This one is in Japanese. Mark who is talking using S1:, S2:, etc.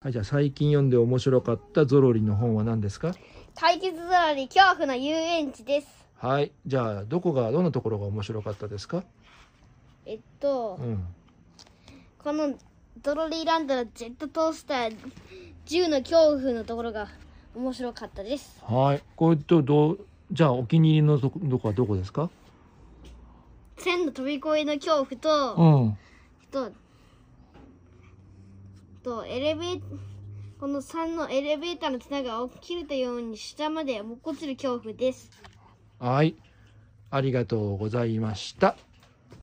S1: はい、じゃあ最近読んで面白かったゾロリの本は何ですか
S2: 対決空に恐怖の遊園地です。
S1: はい、じゃあどこがどんなところが面白かったですか
S2: えっと
S1: う、ん。
S2: このドロリーランドのジェットトースター銃の恐怖のところが面白かったです。
S1: はい、これとどうじゃあお気に入りのとことこはどこですか
S2: 線の飛び越えの恐怖
S1: う
S2: と、
S1: ん。
S2: と、と、エレベーこの3のエレベーターの綱が切れたように下まで落っこちる恐怖です。
S1: はい、ありがとうございました。